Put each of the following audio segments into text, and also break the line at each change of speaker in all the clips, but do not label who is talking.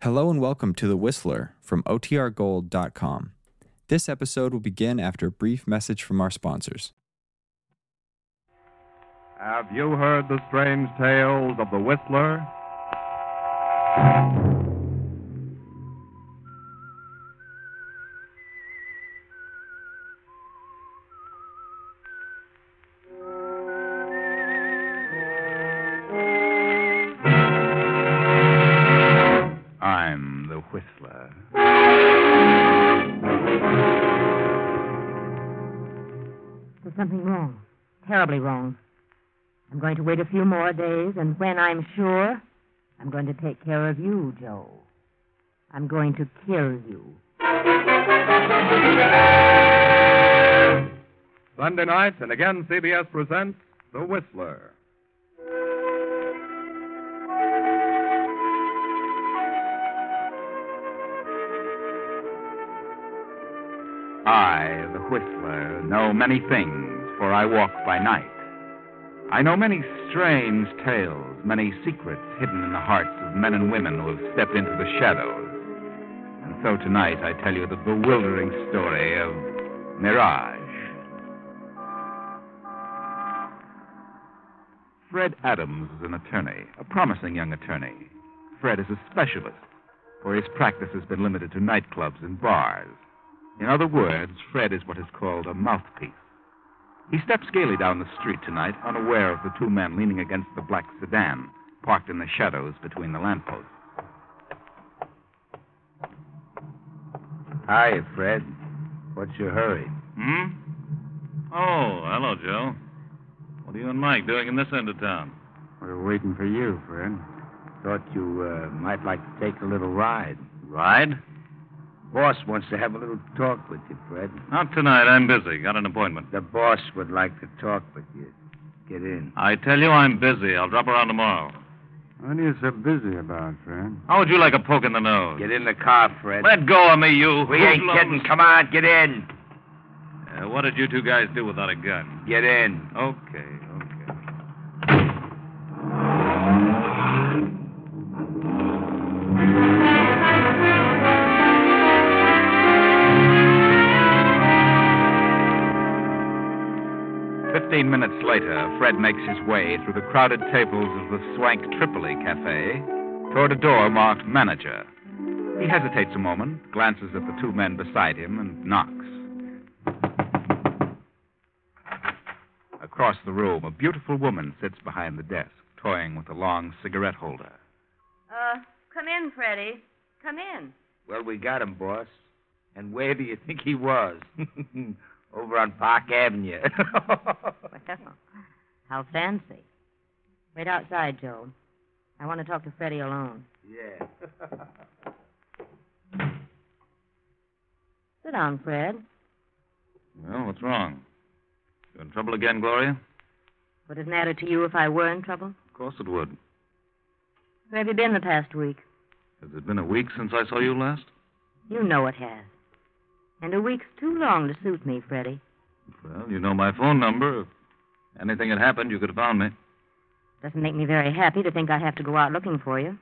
Hello and welcome to The Whistler from OTRGold.com. This episode will begin after a brief message from our sponsors.
Have you heard the strange tales of the Whistler? I'm the Whistler.
There's something wrong. Terribly wrong. I'm going to wait a few more days, and when I'm sure, I'm going to take care of you, Joe. I'm going to kill you.
Sunday nights, and again CBS presents The Whistler. I, the Whistler, know many things, for I walk by night. I know many strange tales, many secrets hidden in the hearts of men and women who have stepped into the shadows. And so tonight I tell you the bewildering story of Mirage. Fred Adams is an attorney, a promising young attorney. Fred is a specialist, for his practice has been limited to nightclubs and bars. In other words, Fred is what is called a mouthpiece. He stepped scaly down the street tonight, unaware of the two men leaning against the black sedan, parked in the shadows between the lampposts.
Hi, Fred. What's your hurry?
Hmm? Oh, hello, Joe. What are you and Mike doing in this end of town?
We're waiting for you, Fred. Thought you uh, might like to take a little ride.
Ride?
Boss wants to have a little talk with you, Fred.
Not tonight. I'm busy. Got an appointment.
The boss would like to talk with you. Get in.
I tell you, I'm busy. I'll drop around tomorrow.
What are you so busy about, Fred?
How would you like a poke in the nose?
Get in the car, Fred.
Let go of me, you.
we ain't
hoodlums.
kidding. Come on, get in.
Uh, what did you two guys do without a gun?
Get in.
Okay, okay.
Fifteen minutes later, Fred makes his way through the crowded tables of the Swank Tripoli Cafe toward a door marked Manager. He hesitates a moment, glances at the two men beside him, and knocks. Across the room, a beautiful woman sits behind the desk, toying with a long cigarette holder.
Uh, come in, Freddie. Come in.
Well, we got him, boss. And where do you think he was? Over on Park Avenue.
Well, how fancy. Wait outside, Joe. I want to talk to Freddie alone.
yeah.
Sit down, Fred.
Well, what's wrong? You in trouble again, Gloria?
Would it matter to you if I were in trouble?
Of course it would.
Where have you been the past week?
Has it been a week since I saw you last?
You know it has. And a week's too long to suit me, Freddie.
Well, you know my phone number. If anything had happened, you could have found me.
Doesn't make me very happy to think I have to go out looking for you.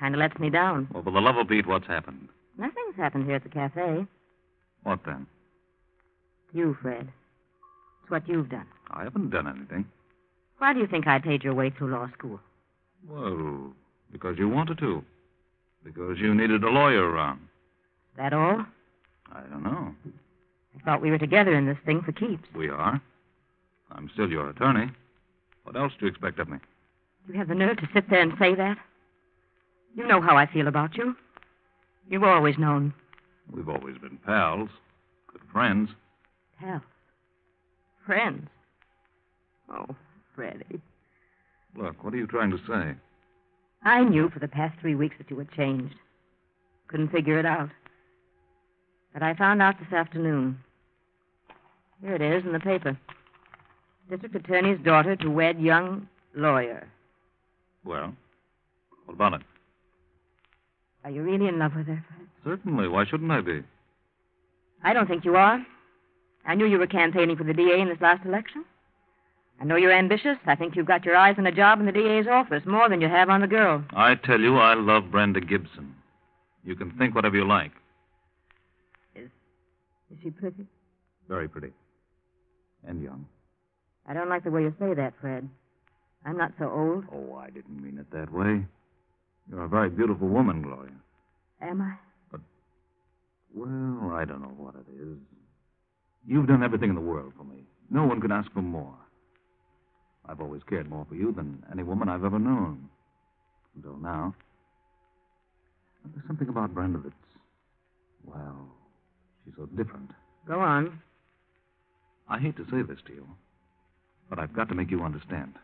Kind of lets me down.
Well, for the love of Pete, what's happened?
Nothing's happened here at the cafe.
What then?
You, Fred. It's what you've done.
I haven't done anything.
Why do you think I paid your way through law school?
Well, because you wanted to. Because you needed a lawyer around.
Is that all?
I don't know.
I thought we were together in this thing for keeps.
We are. I'm still your attorney. What else do you expect of me?
You have the nerve to sit there and say that? You know how I feel about you. You've always known.
We've always been pals, good friends.
Hell. Friends. Oh, Freddie.
Look, what are you trying to say?
I knew for the past three weeks that you had changed. Couldn't figure it out. But I found out this afternoon. Here it is in the paper. District attorney's daughter to wed young lawyer.
Well, what about it?
Are you really in love with her, Fred?
Certainly. Why shouldn't I be?
I don't think you are. I knew you were campaigning for the DA in this last election. I know you're ambitious. I think you've got your eyes on a job in the DA's office more than you have on the girl.
I tell you, I love Brenda Gibson.
You can think whatever you like.
Is she pretty?
Very pretty. And young.
I don't like the way you say that, Fred. I'm not so old,
Oh, I didn't mean it that way. You're a very beautiful woman, Gloria.
am I?
Well, I don't know what it is. You've done everything in the world for me. No one could ask for more. I've always cared more for you than any woman I've ever known. Until now. But there's something about Brenda that's. Well, she's so different.
Go on.
I hate to say this to you, but I've got to make you understand.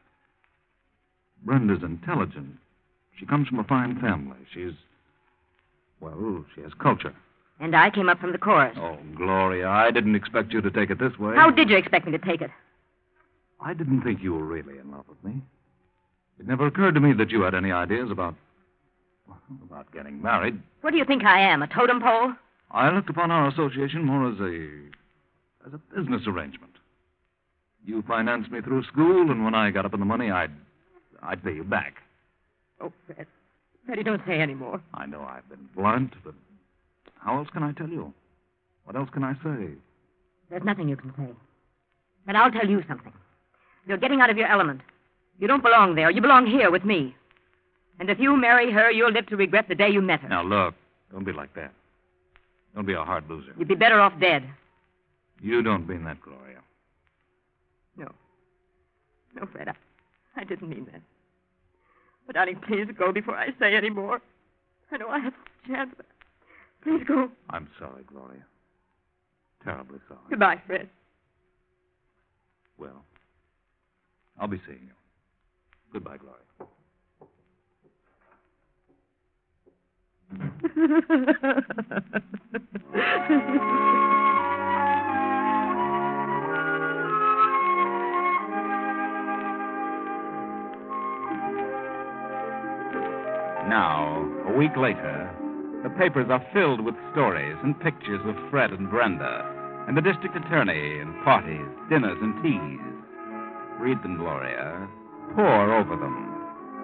Brenda's intelligent. She comes from a fine family. She's. Well, she has culture.
And I came up from the chorus.
Oh, Gloria, I didn't expect you to take it this way.
How did you expect me to take it?
I didn't think you were really in love with me. It never occurred to me that you had any ideas about. about getting married.
What do you think I am, a totem pole?
I looked upon our association more as a. as a business arrangement. You financed me through school, and when I got up in the money, I'd. I'd pay you back.
Oh, Fred. Freddie, don't say any more.
I know I've been blunt, but how else can I tell you? What else can I say?
There's nothing you can say. But I'll tell you something. You're getting out of your element. You don't belong there. You belong here with me. And if you marry her, you'll live to regret the day you met her.
Now, look, don't be like that. Don't be a hard loser.
You'd be better off dead.
You don't mean that, Gloria.
No. No, Fred, I, I didn't mean that. But, darling, please go before I say any more. I know I have a chance, but please go.
I'm sorry, Gloria. Terribly sorry.
Goodbye, Fred.
Well, I'll be seeing you. Goodbye, Gloria.
Now, a week later, the papers are filled with stories and pictures of Fred and Brenda, and the district attorney, and parties, dinners, and teas. Read them, Gloria. Pore over them.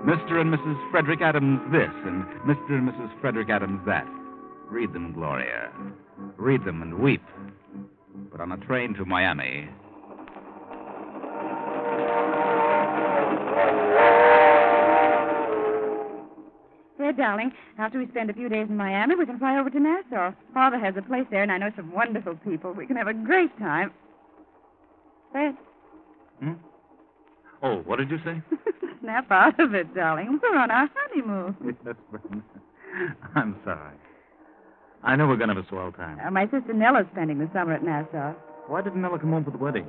Mr. and Mrs. Frederick Adams this, and Mr. and Mrs. Frederick Adams that. Read them, Gloria. Read them and weep. But on a train to Miami,
Fred, darling, after we spend a few days in Miami, we can fly over to Nassau. Father has a place there, and I know some wonderful people. We can have a great time. Fred,
Oh, what did you say?
snap out of it, darling. We're on our honeymoon.
Yes, Brenda. I'm sorry. I know we're going to have a swell time.
Uh, my sister Nella's spending the summer at Nassau.
Why didn't Nella come home for the wedding?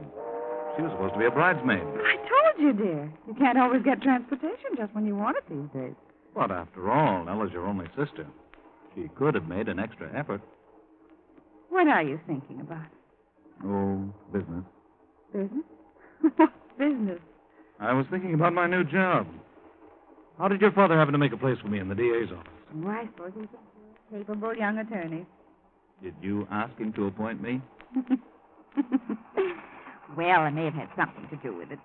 She was supposed to be a bridesmaid.
I told you, dear. You can't always get transportation just when you want it these days.
But after all, Nella's your only sister. She could have made an extra effort.
What are you thinking about?
Oh, business.
Business? what business?
I was thinking about my new job. How did your father happen to make a place for me in the DA's office?
Well, I suppose he's a capable young attorney.
Did you ask him to appoint me?
well, it may have had something to do with it.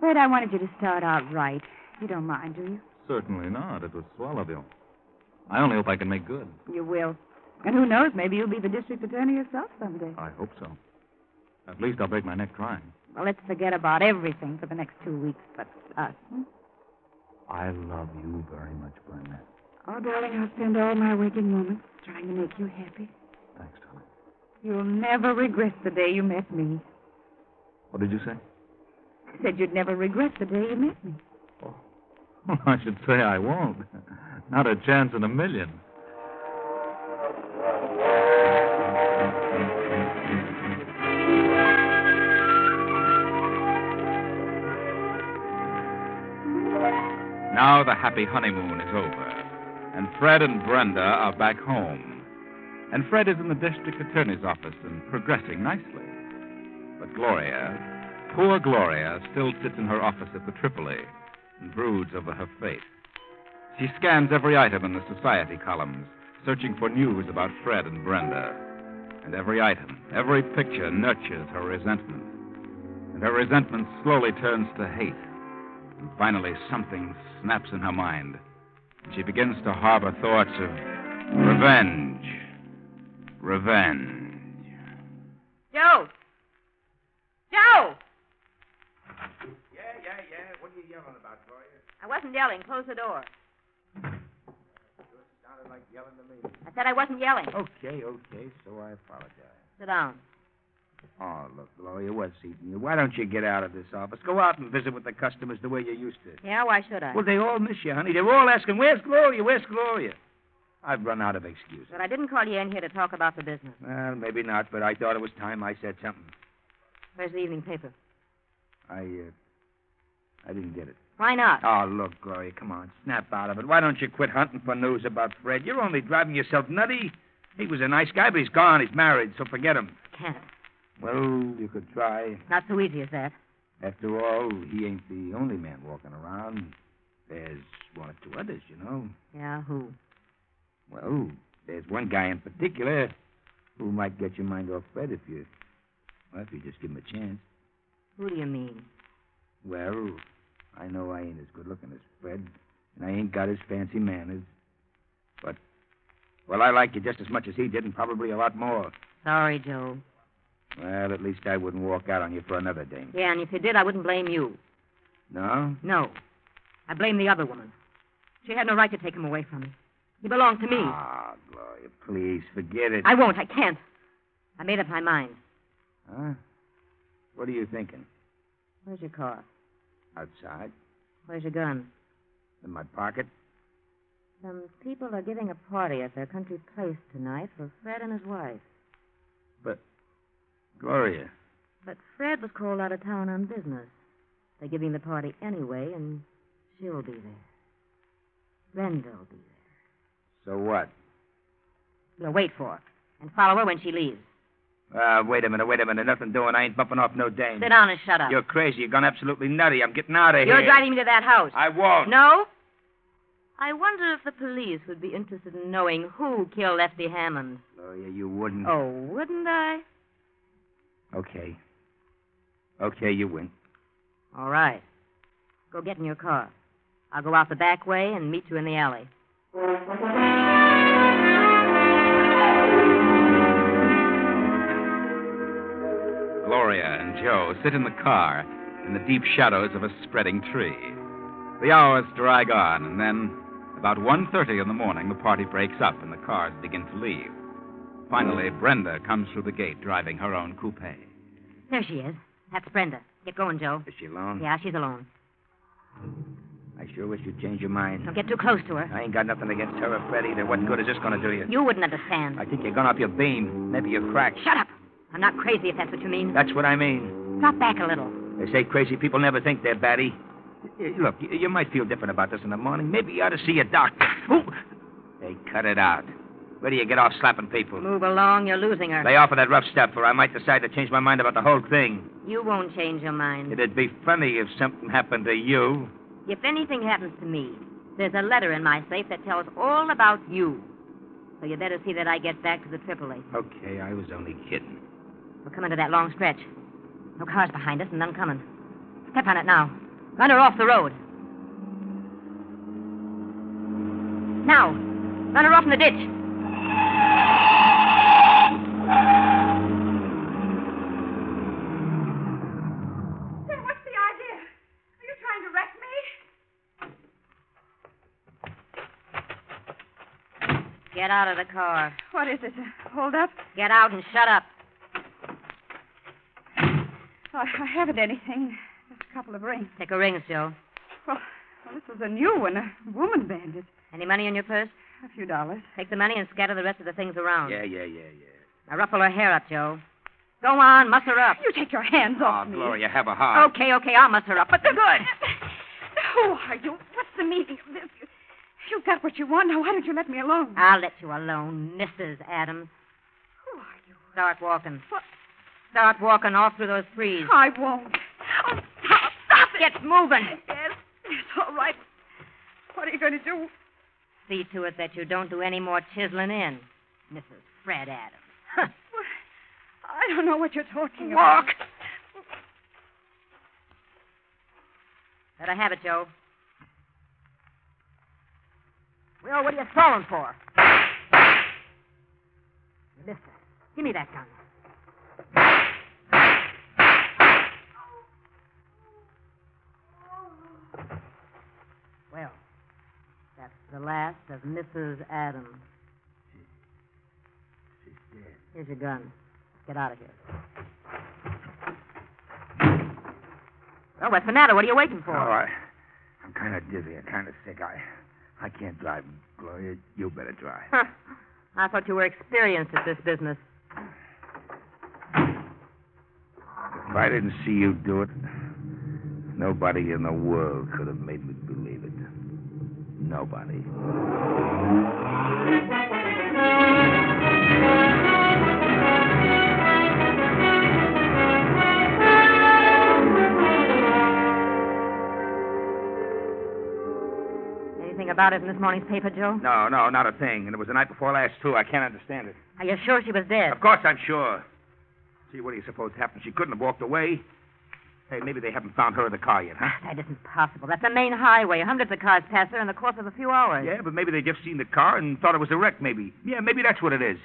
Fred, I wanted you to start out right. You don't mind, do you?
Certainly not. It was swell of you. I only hope I can make good.
You will. And who knows, maybe you'll be the district attorney yourself someday.
I hope so. At least I'll break my neck trying.
Well, let's forget about everything for the next two weeks but us. Hmm?
I love you very much, Brenda.
Oh, darling, I'll spend all my waking moments trying to make you happy.
Thanks, darling.
You'll never regret the day you met me.
What did you say?
I said you'd never regret the day you met me.
Well, I should say I won't. Not a chance in a million.
Now the happy honeymoon is over, and Fred and Brenda are back home. And Fred is in the district attorney's office and progressing nicely. But Gloria, poor Gloria, still sits in her office at the Tripoli and broods over her fate. She scans every item in the society columns, searching for news about Fred and Brenda. And every item, every picture nurtures her resentment. And her resentment slowly turns to hate. And finally, something snaps in her mind. and She begins to harbor thoughts of
Revenge. Revenge.
Joe! Joe!
Yeah, yeah, yeah. What are you yelling about, Gloria?
I wasn't yelling. Close the door.
Sounded like yelling to me.
I said I wasn't yelling.
Okay, okay. So I apologize.
Sit down.
Oh, look, Gloria, what's eating you? Why don't you get out of this office? Go out and visit with the customers the way you used to.
Yeah, why should I?
Well, they all miss you, honey. They're all asking, where's Gloria? Where's Gloria? I've run out of excuses.
But I didn't call you in here to talk about the business.
Well, maybe not, but I thought it was time I said something.
Where's the evening paper?
I, uh, I didn't get it.
Why not?
Oh, look, Gloria, come on, snap out of it. Why don't you quit hunting for news about Fred? You're only driving yourself nutty. He was a nice guy, but he's gone. He's married, so forget him.
Can't.
Well, you could try.
Not so easy as that.
After all, he ain't the only man walking around. There's one or two others, you know.
Yeah, who?
Well, there's one guy in particular who might get your mind off Fred if you, well, if you just give him a chance.
Who do you mean?
Well, I know I ain't as good looking as Fred, and I ain't got his fancy manners. But, well, I like you just as much as he did, and probably a lot more.
Sorry, Joe.
Well, at least I wouldn't walk out on you for another dame.
Yeah, and if you did, I wouldn't blame you.
No?
No. I blame the other woman. She had no right to take him away from me. He belonged to me.
Ah, Gloria, please forget it.
I won't. I can't. I made up my mind.
Huh? What are you thinking?
Where's your car?
Outside?
Where's your gun?
In my pocket?
Some people are giving a party at their country place tonight for Fred and his wife.
But, Gloria.
But Fred was called out of town on business. They're giving the party anyway, and she'll be there. Brenda will be there.
So what?
We'll wait for her and follow her when she leaves.
Ah,
Uh, wait a minute, wait a minute. Nothing doing. I ain't bumping off no dame.
Sit down and shut up.
You're crazy. You've gone absolutely nutty. I'm getting out of here.
You're driving me to that house.
I won't.
No? I wonder if the police would be interested in knowing who killed Lefty Hammond.
Gloria, you wouldn't.
Oh, wouldn't I?
Okay. Okay, you win.
All right. Go get in your car. I'll go out the back way and meet you in the alley.
Gloria and Joe sit in the car in the deep shadows of a spreading tree. The hours drag on, and then about 1.30 in the morning, the party breaks up and the cars begin to leave. Finally, Brenda comes through the gate driving her own coupe.
There she is. That's Brenda. Get going, Joe.
Is she alone?
Yeah, she's alone.
I sure wish you'd change your mind.
Don't get too close to her.
I ain't got nothing against her or Fred either. What good is this going to do you?
Uh, You wouldn't understand.
I think you're gone off your beam. Maybe you're cracked.
Shut up. I'm not crazy if that's what you mean.
That's what I mean.
Drop back a little.
They say crazy people never think they're batty. Y- y- Look, y- you might feel different about this in the morning. Maybe you ought to see a doctor. Who? They cut it out. Where do you get off slapping people?
Move along. You're losing her.
Lay off of that rough stuff, or I might decide to change my mind about the whole thing.
You won't change your mind.
It'd be funny if something happened to you.
If anything happens to me, there's a letter in my safe that tells all about you. So you better see that I get back to the Tripoli.
Okay, I was only kidding.
We're coming to that long stretch. No cars behind us and none coming. Step on it now. Run her off the road. Now, run her off in the ditch.
Then what's the idea? Are you trying to wreck me?
Get out of the car.
What is this? A hold up?
Get out and shut up.
Oh, I haven't anything. Just a couple of rings.
Take her rings, Joe.
Well, well, this was a new one, a woman bandit.
Any money in your purse?
A few dollars.
Take the money and scatter the rest of the things around.
Yeah, yeah, yeah, yeah.
Now ruffle her hair up, Joe. Go on, muss her up.
You take your hands off
Oh,
me.
Gloria, have a heart.
Okay, okay, I'll muss her up. But they're good.
Who are you? What's the meaning of this? You- You got what you want. Now, why don't you let me alone?
I'll let you alone, Mrs. Adams.
Who are you?
Start walking.
What?
Start walking all through those trees.
I won't. Oh, stop, stop it.
Get moving.
Yes, it's all right. What are you going to do?
See to it that you don't do any more chiseling in, Mrs. Fred Adams. Huh.
I don't know what you're talking about.
Walk. Better have it, Joe. Well, what are you stalling for? Mister, give me that gun. Well, that's the last of Mrs. Adams.
She's dead.
Here's your gun. Get out of here. Well, what's the matter? What are you waiting
Oh,
for?
I, I'm kind of dizzy and kind of sick. I, I can't drive, Gloria. You better drive.
Huh. I thought you were experienced at this business.
If I didn't see you do it, nobody in the world could have made me believe it. Nobody.
Anything about it in this morning's paper, Joe?
No, no, not a thing. And it was the night before last, too. I can't understand it.
Are you sure she was dead?
Of course I'm sure. See, what do you suppose happened? She couldn't have walked away. Hey, maybe they haven't found her in the car yet, huh?
That isn't possible. That's the main highway. Hundreds of cars pass there in the course of a few hours.
Yeah, but maybe they just seen the car and thought it was a wreck, maybe. Yeah, maybe that's what it is.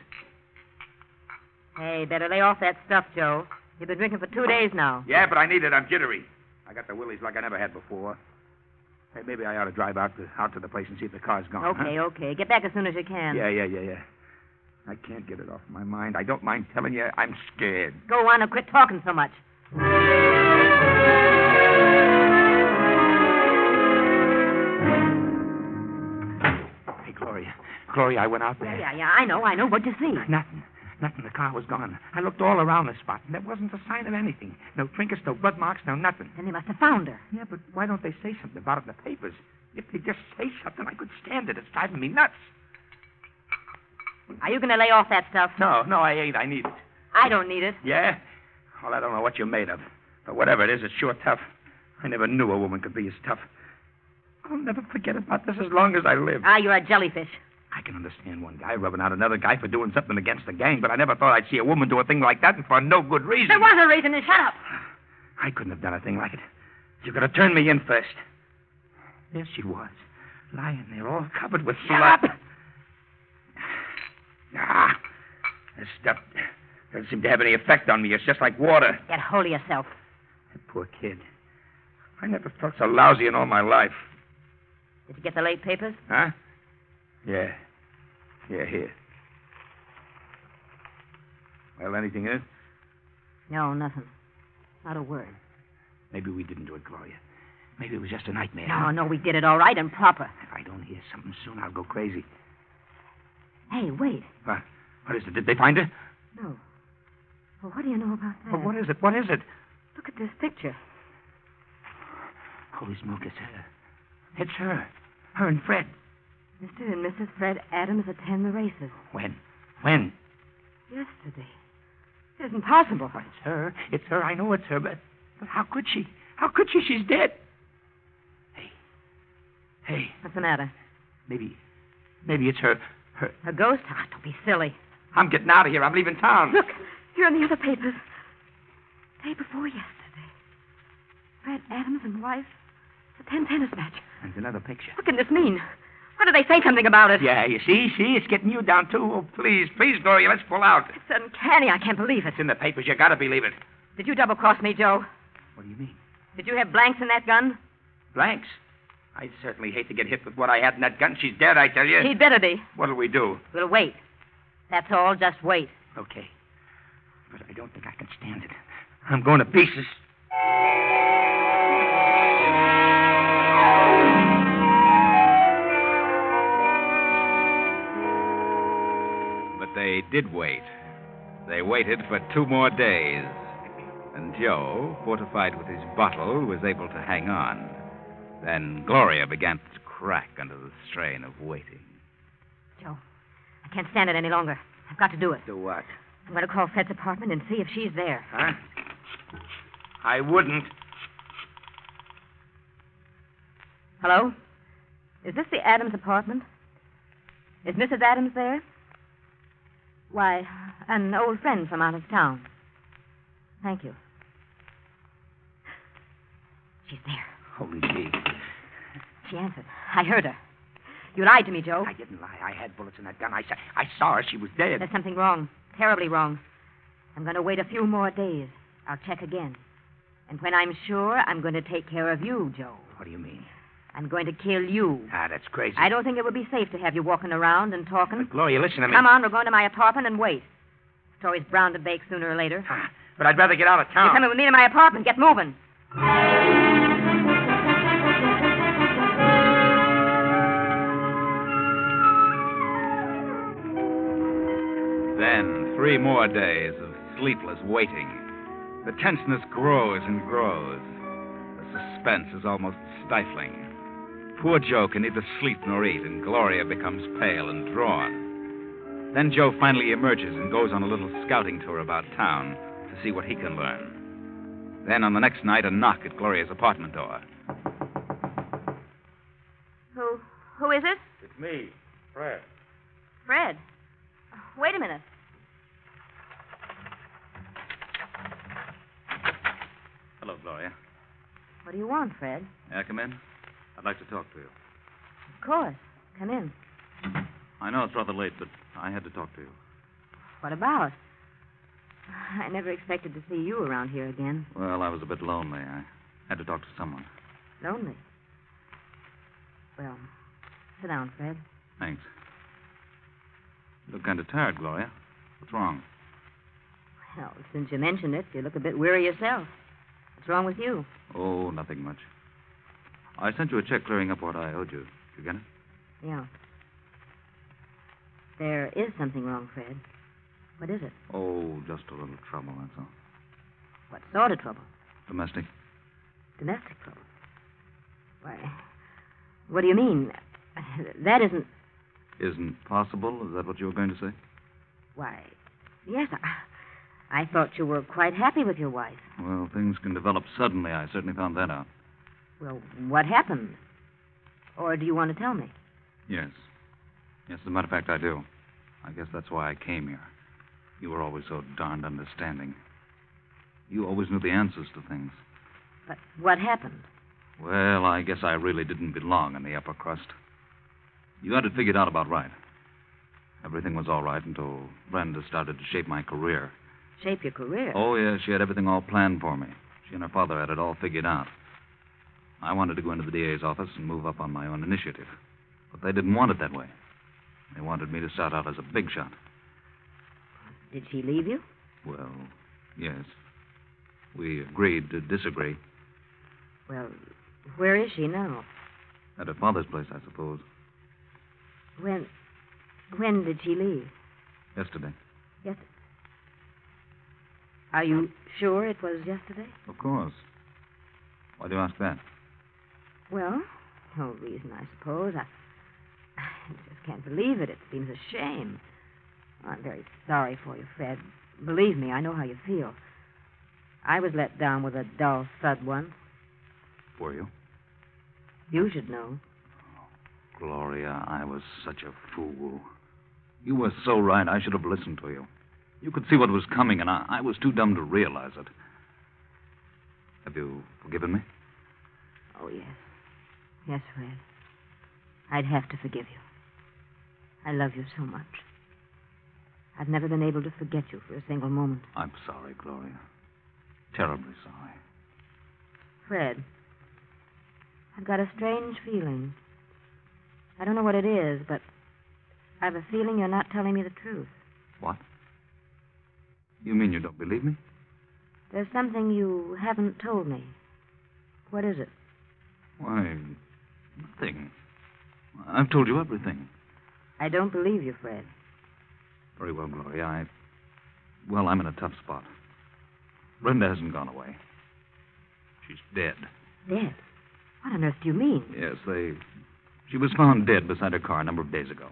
Hey, better lay off that stuff, Joe. You've been drinking for two days now.
Yeah, but I need it. I'm jittery. I got the willies like I never had before. Hey, maybe I ought to drive out to, out to the place and see if the car's gone. huh?
Okay, oh, okay. Get back as soon as you can.
Uh-huh. Yeah, yeah, yeah, yeah. I can't get it off my mind. I don't mind telling you, I'm scared.
Go on and quit talking so much.
Hey, Gloria. Gloria, I went out there.
Yeah, yeah, I know, I know. What'd you see?
Nothing. Nothing. The car was gone. I looked all around the spot, and there wasn't a sign of anything. No trinkets, no blood marks, no nothing.
Then they must have found her.
Yeah, but why don't they say something about it in the papers? If they just say something, I could stand it. It's driving me nuts.
Are you going to lay off that stuff?
No, no, I ain't. I need it.
I don't need it.
Yeah? Well, I don't know what you're made of. But whatever it is, it's sure tough. I never knew a woman could be as tough. I'll never forget about this as long as I live.
Ah, you're a jellyfish.
I can understand one guy rubbing out another guy for doing something against the gang, but I never thought I'd see a woman do a thing like that and for no good reason.
There was a reason, and shut up.
I couldn't have done a thing like it. You could have turned me in first. There she was, lying there all covered with
Shut
blood.
up.
Ah, this stuff doesn't seem to have any effect on me. It's just like water.
Get hold of yourself.
That poor kid. I never felt so lousy in all my life.
Did you get the late papers?
Huh? Yeah. Yeah, here. Well, anything in it?
No, nothing. Not a word.
Maybe we didn't do it, Gloria. Maybe it was just a nightmare.
No, no, we did it all right and proper.
If I don't hear something soon, I'll go crazy.
Hey, wait.
Huh? What is it? Did they find her?
No. Oh. Well, what do you know about that?
Well, what is it? What is it?
Look at this picture.
Holy smoke, it's her. It's her. Her and Fred.
Mr. and Mrs. Fred Adams attend the races.
When? When?
Yesterday. It isn't possible.
Why, Oh, it's her. It's her. I know it's her, but, but how could she? How could she? She's dead. Hey. Hey.
What's the matter?
Maybe. Maybe it's her. Her.
A ghost? Ah, don't be silly.
I'm getting out of here. I'm leaving town.
Look, here in the other papers. Day before yesterday. Fred Adams and wife attend tennis match.
There's another picture.
What can this mean? Why do they say something about it?
Yeah, you see, see, it's getting you down too. Oh, please, please, Gloria, let's pull out.
It's uncanny. I can't believe it.
It's in the papers. You gotta believe it.
Did you double cross me, Joe?
What do you mean?
Did you have blanks in that gun?
Blanks. I'd certainly hate to get hit with what I had in that gun. She's dead, I tell you.
He'd better be.
What'll we do?
We'll wait. That's all. Just wait.
Okay. But I don't think I can stand it. I'm going to pieces.
But they did wait. They waited for two more days. And Joe, fortified with his bottle, was able to hang on. Then Gloria began to crack under the strain of waiting.
Joe, I can't stand it any longer. I've got to do it.
Do what?
I'm going to call Fred's apartment and see if she's there.
Huh? I wouldn't.
Hello? Is this the Adams apartment? Is Mrs. Adams there? Why, an old friend from out of town. Thank you. She's there.
Holy gee.
She answered. I heard her. You lied to me, Joe.
I didn't lie. I had bullets in that gun. I saw, I saw her. She was dead.
There's something wrong. Terribly wrong. I'm going to wait a few more days. I'll check again. And when I'm sure, I'm going to take care of you, Joe.
What do you mean?
I'm going to kill you.
Ah, that's crazy.
I don't think it would be safe to have you walking around and talking.
But Gloria, listen to me.
Come on, we're going to my apartment and wait. Story's brown to bake sooner or later.
Ah, but I'd rather get out of town.
You're coming with me to my apartment. Get moving.
Then, three more days of sleepless waiting. The tenseness grows and grows. The suspense is almost stifling. Poor Joe can neither sleep nor eat, and Gloria becomes pale and drawn. Then Joe finally emerges and goes on a little scouting tour about town to see what he can learn. Then on the next night, a knock at Gloria's apartment door.
Who? Who is it?
It's me, Fred.
Fred. Uh, Wait a minute.
Hello, Gloria.
What do you want, Fred?
May I come in? I'd like to talk to you.
Of course. Come in.
I know it's rather late, but I had to talk to you.
What about? I never expected to see you around here again.
Well, I was a bit lonely. I had to talk to someone.
Lonely? Well, sit down, Fred.
Thanks. You look kind of tired, Gloria. What's wrong?
Well, since you mentioned it, you look a bit weary yourself. What's wrong with you?
Oh, nothing much. I sent you a check clearing up what I owed you. Did you get it?
Yeah. There is something wrong, Fred. What is it?
Oh, just a little trouble, that's all.
What sort of trouble?
Domestic.
Domestic trouble? Why, what do you mean? That isn't.
Isn't possible? Is that what you were going to say?
Why, yes, I, I thought you were quite happy with your wife.
Well, things can develop suddenly. I certainly found that out.
Well, what happened? Or do you want to tell me?
Yes. Yes, as a matter of fact, I do. I guess that's why I came here. You were always so darned understanding. You always knew the answers to things.
But what happened?
Well, I guess I really didn't belong in the upper crust. You had it figured out about right. Everything was all right until Brenda started to shape my career.
Shape your career?
Oh, yeah, she had everything all planned for me. She and her father had it all figured out. I wanted to go into the DA's office and move up on my own initiative. But they didn't want it that way. They wanted me to start out as a big shot.
Did she leave you?
Well, yes. We agreed to disagree.
Well, where is she now?
At her father's place, I suppose.
When when did she leave?
Yesterday.
Yes. Are you sure it was yesterday?
Of course. Why do you ask that?
Well, no reason, I suppose. I, I just can't believe it. It seems a shame. I'm very sorry for you, Fred. Believe me, I know how you feel. I was let down with a dull thud once.
Were you?
You should know.
Oh, Gloria, I was such a fool. You were so right. I should have listened to you. You could see what was coming, and I, I was too dumb to realize it. Have you forgiven me?
Oh, yes. Yes, Fred. I'd have to forgive you. I love you so much. I've never been able to forget you for a single moment.
I'm sorry, Gloria. Terribly sorry.
Fred, I've got a strange feeling. I don't know what it is, but I've a feeling you're not telling me the truth.
What? You mean you don't believe me?
There's something you haven't told me. What is it?
Why, nothing. I've told you everything.
I don't believe you, Fred.
Very well, Gloria. I. Well, I'm in a tough spot. Brenda hasn't gone away. She's dead.
Dead? What on earth do you mean?
Yes, they. She was found dead beside her car a number of days ago.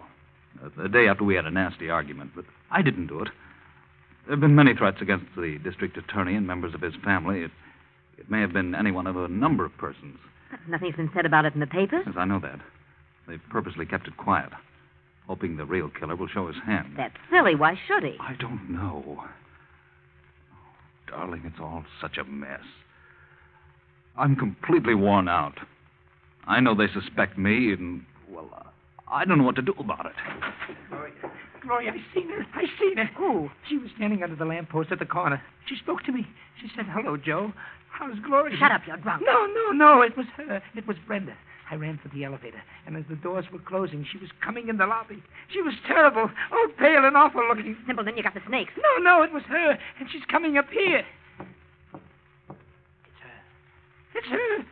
Uh, The day after we had a nasty argument, but I didn't do it. There have been many threats against the district attorney and members of his family. It, it may have been any one of a number of persons.
But nothing's been said about it in the papers?
Yes, I know that. They've purposely kept it quiet, hoping the real killer will show his hand.
That's silly. Why should he?
I don't know. Oh, darling, it's all such a mess. I'm completely worn out. I know they suspect me, and, well, I don't know what to do about it.
Gloria, Gloria, I seen her. I seen her.
Who?
She was standing under the lamppost at the corner. She spoke to me. She said, hello, Joe. How's Gloria?
Shut up, you're drunk.
No, no, no. It was her. It was Brenda. I ran for the elevator, and as the doors were closing, she was coming in the lobby. She was terrible, all pale and awful looking.
Simple, then you got the snakes.
No, no, it was her, and she's coming up here. It's her. It's her.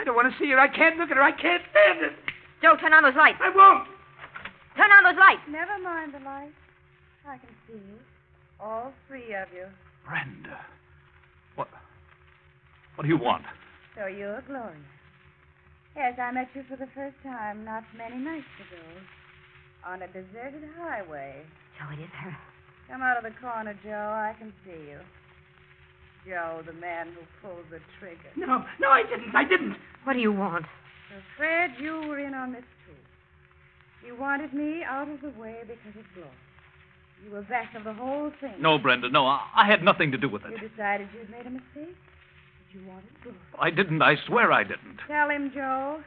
I don't want to see her. I can't look at her. I can't stand it.
Joe, turn on those lights.
I won't.
Turn on those lights.
Never mind the lights. I can see you. All three of you.
Brenda. What? What do you want?
So you're Gloria. Yes, I met you for the first time not many nights ago. On a deserted highway.
Joe, it is her.
Come out of the corner, Joe. I can see you. Joe, the man who pulled the trigger.
No, no, I didn't. I didn't.
What do you want?
So, Fred, you were in on this too. You wanted me out of the way because of Gloria. You were back of the whole thing.
No, Brenda, no. I, I had nothing to do with it.
You decided you'd made a mistake? you wanted Gloria.
I didn't. I swear I didn't.
Tell him, Joe.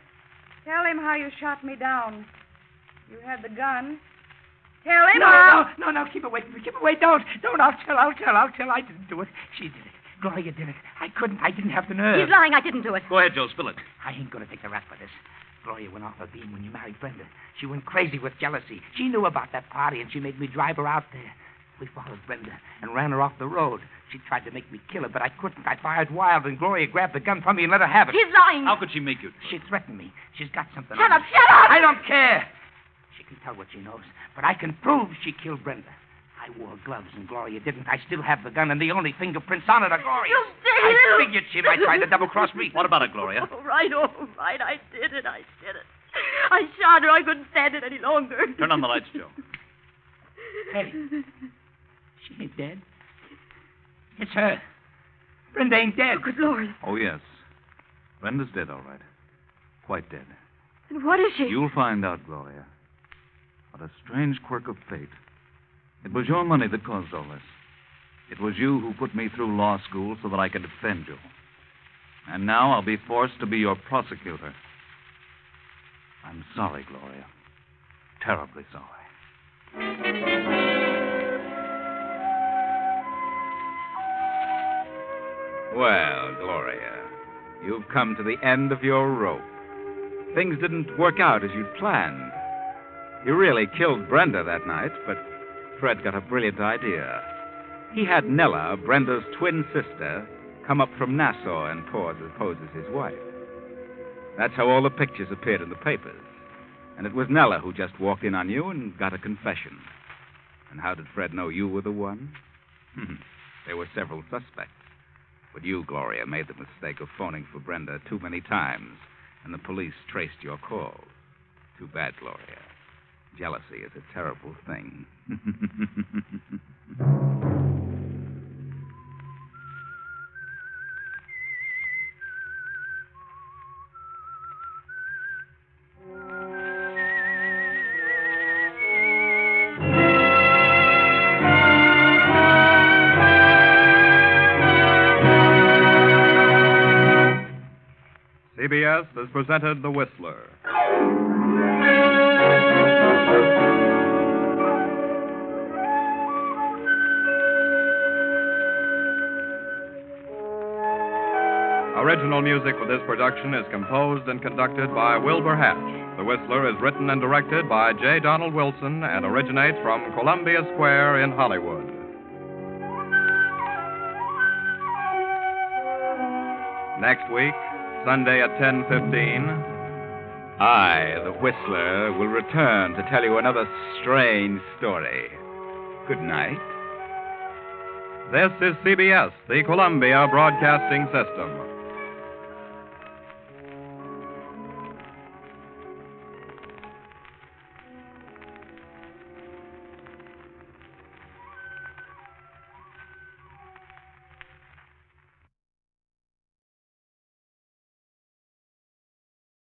Tell him how you shot me down. You had the gun. Tell him
no,
how...
No, no, no, keep away from me. Keep away. Don't. Don't. I'll tell. I'll tell. I'll tell. I didn't do it. She did it. Gloria did it. I couldn't. I didn't have the nerve.
He's lying. I didn't do it.
Go ahead, Joe. Spill it.
I ain't going to take the rap for this. Gloria went off her beam when you married Brenda. She went crazy with jealousy. She knew about that party, and she made me drive her out there. We followed Brenda and ran her off the road. She tried to make me kill her, but I couldn't. I fired wild, and Gloria grabbed the gun from me and let her have it.
She's lying.
How could she make you?
She threatened me. She's got something.
Shut
on
up!
me.
Shut up!
I don't care. She can tell what she knows, but I can prove she killed Brenda. I wore gloves and Gloria didn't. I still have the gun, and the only fingerprints on it are Gloria's.
You did
I figured she might try to double cross me.
What about it, Gloria?
All right, all right. I did it. I did it. I shot her. I couldn't stand it any longer.
Turn on the lights, Joe.
Hey, she ain't dead. It's her. Brenda ain't dead.
Oh, good Lord.
Oh, yes. Brenda's dead, all right. Quite dead.
And what is she?
You'll find out, Gloria. What a strange quirk of fate. It was your money that caused all this. It was you who put me through law school so that I could defend you. And now I'll be forced to be your prosecutor. I'm sorry, Gloria. Terribly sorry.
Well, Gloria, you've come to the end of your rope. Things didn't work out as you'd planned. You really killed Brenda that night, but Fred got a brilliant idea. He had Nella, Brenda's twin sister, come up from Nassau and pose, pose as his wife. That's how all the pictures appeared in the papers. And it was Nella who just walked in on you and got a confession. And how did Fred know you were the one? there were several suspects. But you, Gloria, made the mistake of phoning for Brenda too many times, and the police traced your call. Too bad, Gloria. Jealousy is a terrible thing.
CBS has presented The Whistler. Original music for this production is composed and conducted by Wilbur Hatch. The Whistler is written and directed by J. Donald Wilson and originates from Columbia Square in Hollywood. Next week, Sunday at 10:15.
I, the Whistler, will return to tell you another strange story. Good night.
This is CBS, the Columbia Broadcasting System.